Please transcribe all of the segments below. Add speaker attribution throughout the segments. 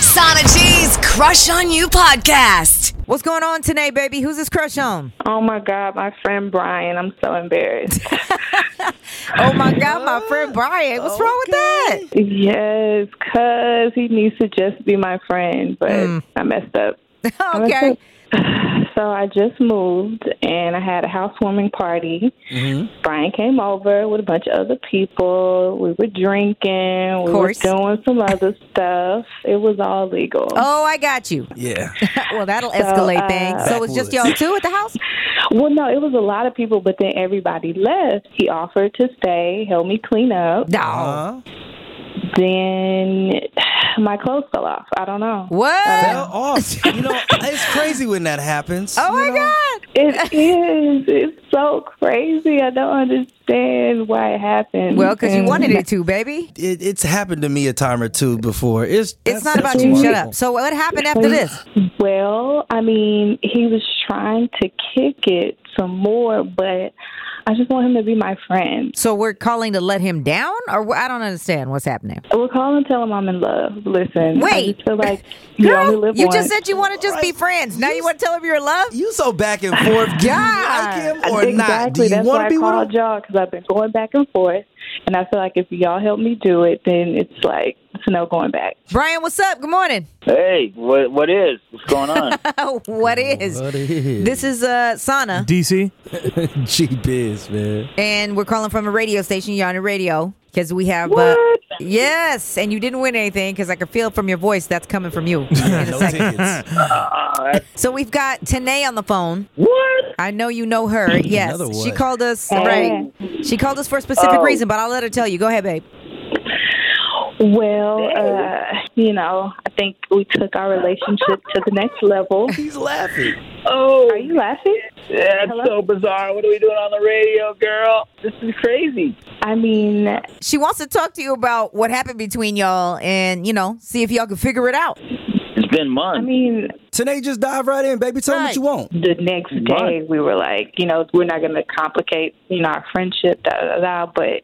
Speaker 1: Sana G's Crush on You podcast.
Speaker 2: What's going on today, baby? Who's this crush on?
Speaker 3: Oh my God, my friend Brian. I'm so embarrassed.
Speaker 2: Oh my God, my friend Brian. What's wrong with that?
Speaker 3: yes, cuz he needs to just be my friend, but I messed up. I messed
Speaker 2: Hmm. Okay.
Speaker 3: up. So I just moved and I had a housewarming party.
Speaker 2: Mm-hmm.
Speaker 3: Brian came over with a bunch of other people. We were drinking, we were
Speaker 2: course.
Speaker 3: doing some other stuff. It was all legal.
Speaker 2: Oh, I got you.
Speaker 4: Yeah.
Speaker 2: Well, that'll escalate
Speaker 3: uh,
Speaker 2: things. So it's just y'all two at the house?
Speaker 3: Well, no, it was a lot of people, but then everybody left. He offered to stay, help me clean up.
Speaker 2: No.
Speaker 3: Uh,
Speaker 4: Uh-huh.
Speaker 3: Then my clothes fell off. I don't know.
Speaker 2: What?
Speaker 4: Fell off. You know, it's crazy when that happens.
Speaker 2: Oh my
Speaker 4: you know?
Speaker 2: God.
Speaker 3: It is. It's so crazy. I don't understand why it happened.
Speaker 2: Well, because you
Speaker 3: And-
Speaker 2: wanted it to, baby.
Speaker 4: It, it's happened to me a time or two before. It's
Speaker 2: It's
Speaker 4: that's-
Speaker 2: not
Speaker 4: that's
Speaker 2: about you. Shut
Speaker 4: horrible.
Speaker 2: up. So what happened after this?
Speaker 3: Well, I mean, he was trying to kick it some more, but I just want him to be my friend.
Speaker 2: So we're calling to let him down? Or wh- I don't understand what's happening.
Speaker 3: We'll call and tell him I'm in love. Listen, I
Speaker 2: Wait.
Speaker 3: just feel like you only
Speaker 2: Girl,
Speaker 3: live
Speaker 2: you
Speaker 3: once.
Speaker 2: just said you want to just be friends. Now you want to tell him you're in love?
Speaker 4: You so back and forth. Do you
Speaker 2: God.
Speaker 4: like him or
Speaker 3: exactly.
Speaker 4: not? Do you
Speaker 3: That's
Speaker 4: want
Speaker 3: why
Speaker 4: to be
Speaker 3: I
Speaker 4: with him?
Speaker 3: called y'all because I've been going back and forth, and I feel like if y'all help me do it, then it's like it's no going back.
Speaker 2: Brian, what's up? Good morning.
Speaker 5: Hey, what what is? What's going on?
Speaker 2: what is? This is uh, Sana,
Speaker 6: DC.
Speaker 4: G biz, man.
Speaker 2: and we're calling from a radio station. You're on the radio because we have. Uh,
Speaker 3: What?
Speaker 2: yes, and you didn't win anything because I could feel from your voice that's coming from you.
Speaker 4: No tickets.
Speaker 2: so we've got Tanae on the phone.
Speaker 5: What?
Speaker 2: I know you know her. Yes,
Speaker 4: Another
Speaker 2: she
Speaker 4: one.
Speaker 2: called us.
Speaker 3: Yeah.
Speaker 2: Right, she called us for a specific
Speaker 5: Oh.
Speaker 2: reason, but I'll let her tell you. Go ahead, babe.
Speaker 3: Well, uh, you know, I think we took our relationship to the next level.
Speaker 4: He's laughing.
Speaker 5: Oh,
Speaker 3: Are you laughing?
Speaker 5: that's so bizarre. What are we doing on the radio, girl? This is crazy.
Speaker 3: I mean,
Speaker 2: She wants to talk to you about what happened between y'all, and you know, see if y'all can figure it out.
Speaker 5: It's been months.
Speaker 3: I mean,
Speaker 4: Today, just dive right in, baby. Tell him
Speaker 2: Right.
Speaker 4: what you want.
Speaker 3: the next day we were like, you know, we're not going to complicate, you know, our friendship, da da da. But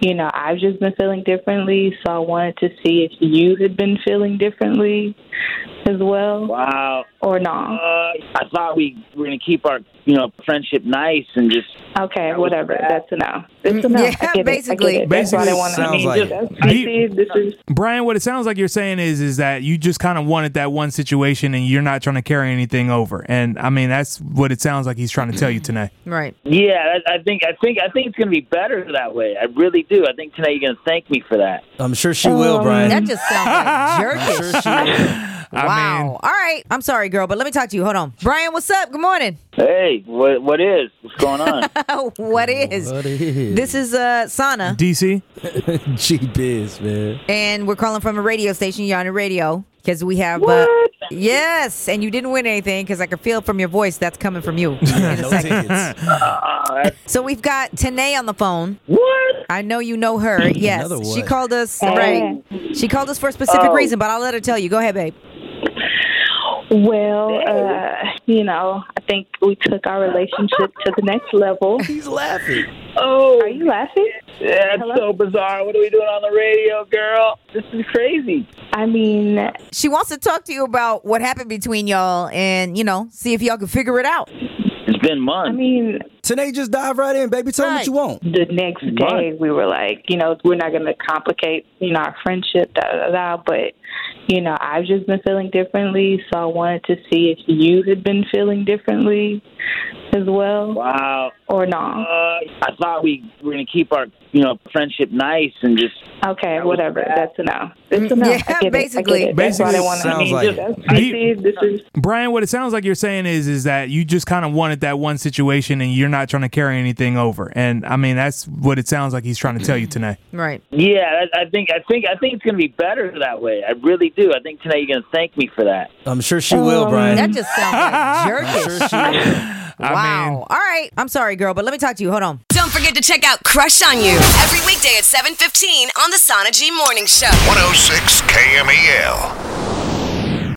Speaker 3: you know, I've just been feeling differently, so I wanted to see if you had been feeling differently as well,
Speaker 5: wow.
Speaker 3: or
Speaker 5: Uh,
Speaker 3: no.
Speaker 5: I thought we were gonna keep our you know friendship nice and just.
Speaker 3: Okay,
Speaker 5: was
Speaker 3: whatever.
Speaker 5: bad.
Speaker 3: That's enough. It's enough. I
Speaker 2: yeah,
Speaker 3: get it. I get
Speaker 2: basically.
Speaker 3: it. That's what I
Speaker 6: Basically,
Speaker 3: want
Speaker 4: sounds
Speaker 3: to
Speaker 4: like it.
Speaker 3: I see. This is
Speaker 6: Brian, what it sounds like you're saying is is that you just kind of wanted that one situation and you're not trying to carry anything over. And I mean, that's what it sounds like he's trying to tell you tonight.
Speaker 2: Right.
Speaker 5: Yeah, I, I think I think I think it's gonna be better that way. I really do. I think tonight you're gonna thank me for that.
Speaker 4: I'm sure she will, Brian.
Speaker 2: Oh, That just sounds like jerkish.
Speaker 4: I'm sure she will.
Speaker 2: Wow. All right. I'm sorry, girl, but let me talk to you. Hold on. Brian, what's up? Good morning.
Speaker 5: Hey, what what is? What's going on?
Speaker 2: what is?
Speaker 4: What is?
Speaker 2: This is uh, Sana,
Speaker 6: DC.
Speaker 4: G biz, man.
Speaker 2: and we're calling from a radio station. You're on the radio because we have. Uh, yes, and you didn't win anything because I could feel from your voice that's coming from you. In a
Speaker 4: No
Speaker 2: second.
Speaker 4: tickets.
Speaker 2: So we've got Tanae on the phone.
Speaker 5: Uh, what?
Speaker 2: I know you know her. Yes,
Speaker 4: Another
Speaker 2: she
Speaker 4: one.
Speaker 2: called us. Right. She called us for a specific
Speaker 5: Oh.
Speaker 2: reason, but I'll let her tell you. Go ahead, babe.
Speaker 3: Well, uh, you know, I think we took our relationship to the next level.
Speaker 4: He's laughing.
Speaker 5: Oh,
Speaker 3: Are you laughing?
Speaker 5: that's so bizarre. What are we doing on the radio, girl? This is crazy.
Speaker 3: I mean,
Speaker 2: She wants to talk to you about what happened between y'all, and you know, see if y'all can figure it out.
Speaker 5: It's been months.
Speaker 3: I mean,
Speaker 4: Today, just dive right in, baby. Tell him
Speaker 2: Right.
Speaker 4: what you want.
Speaker 3: the next day we were like, you know, we're not going to complicate, you know, our friendship, da da da. But you know, I've just been feeling differently, so I wanted to see if you had been feeling differently as well,
Speaker 5: Wow.
Speaker 3: or no.
Speaker 5: Uh, I thought we were going to keep our, you know, friendship nice and just.
Speaker 3: Okay,
Speaker 5: was
Speaker 3: whatever.
Speaker 5: bad.
Speaker 3: That's enough. It's enough. I
Speaker 2: yeah,
Speaker 3: get it. I get
Speaker 2: basically.
Speaker 3: it. That's what I
Speaker 6: Basically,
Speaker 3: want to.
Speaker 4: sounds
Speaker 3: I mean,
Speaker 4: like-
Speaker 3: that's- I see. This is.
Speaker 6: Brian, what it sounds like you're saying is is that you just kind of wanted that one situation and you're not trying to carry anything over. And I mean, that's what it sounds like he's trying to tell you tonight.
Speaker 2: Right.
Speaker 5: Yeah, I, I think I think I think it's going to be better that way. I really do. I think tonight you're going to thank me for that.
Speaker 4: I'm sure she will,
Speaker 3: Um,
Speaker 4: Brian.
Speaker 2: Oh, That just sounds like
Speaker 4: I'm
Speaker 2: jerkish.
Speaker 4: sure she will.
Speaker 2: wow. All right. I'm sorry, girl, but let me talk to you. Hold on.
Speaker 1: Don't forget to check out Crush on You every weekday at 7:15 on the Sana G Morning Show.
Speaker 7: 106 KMEL.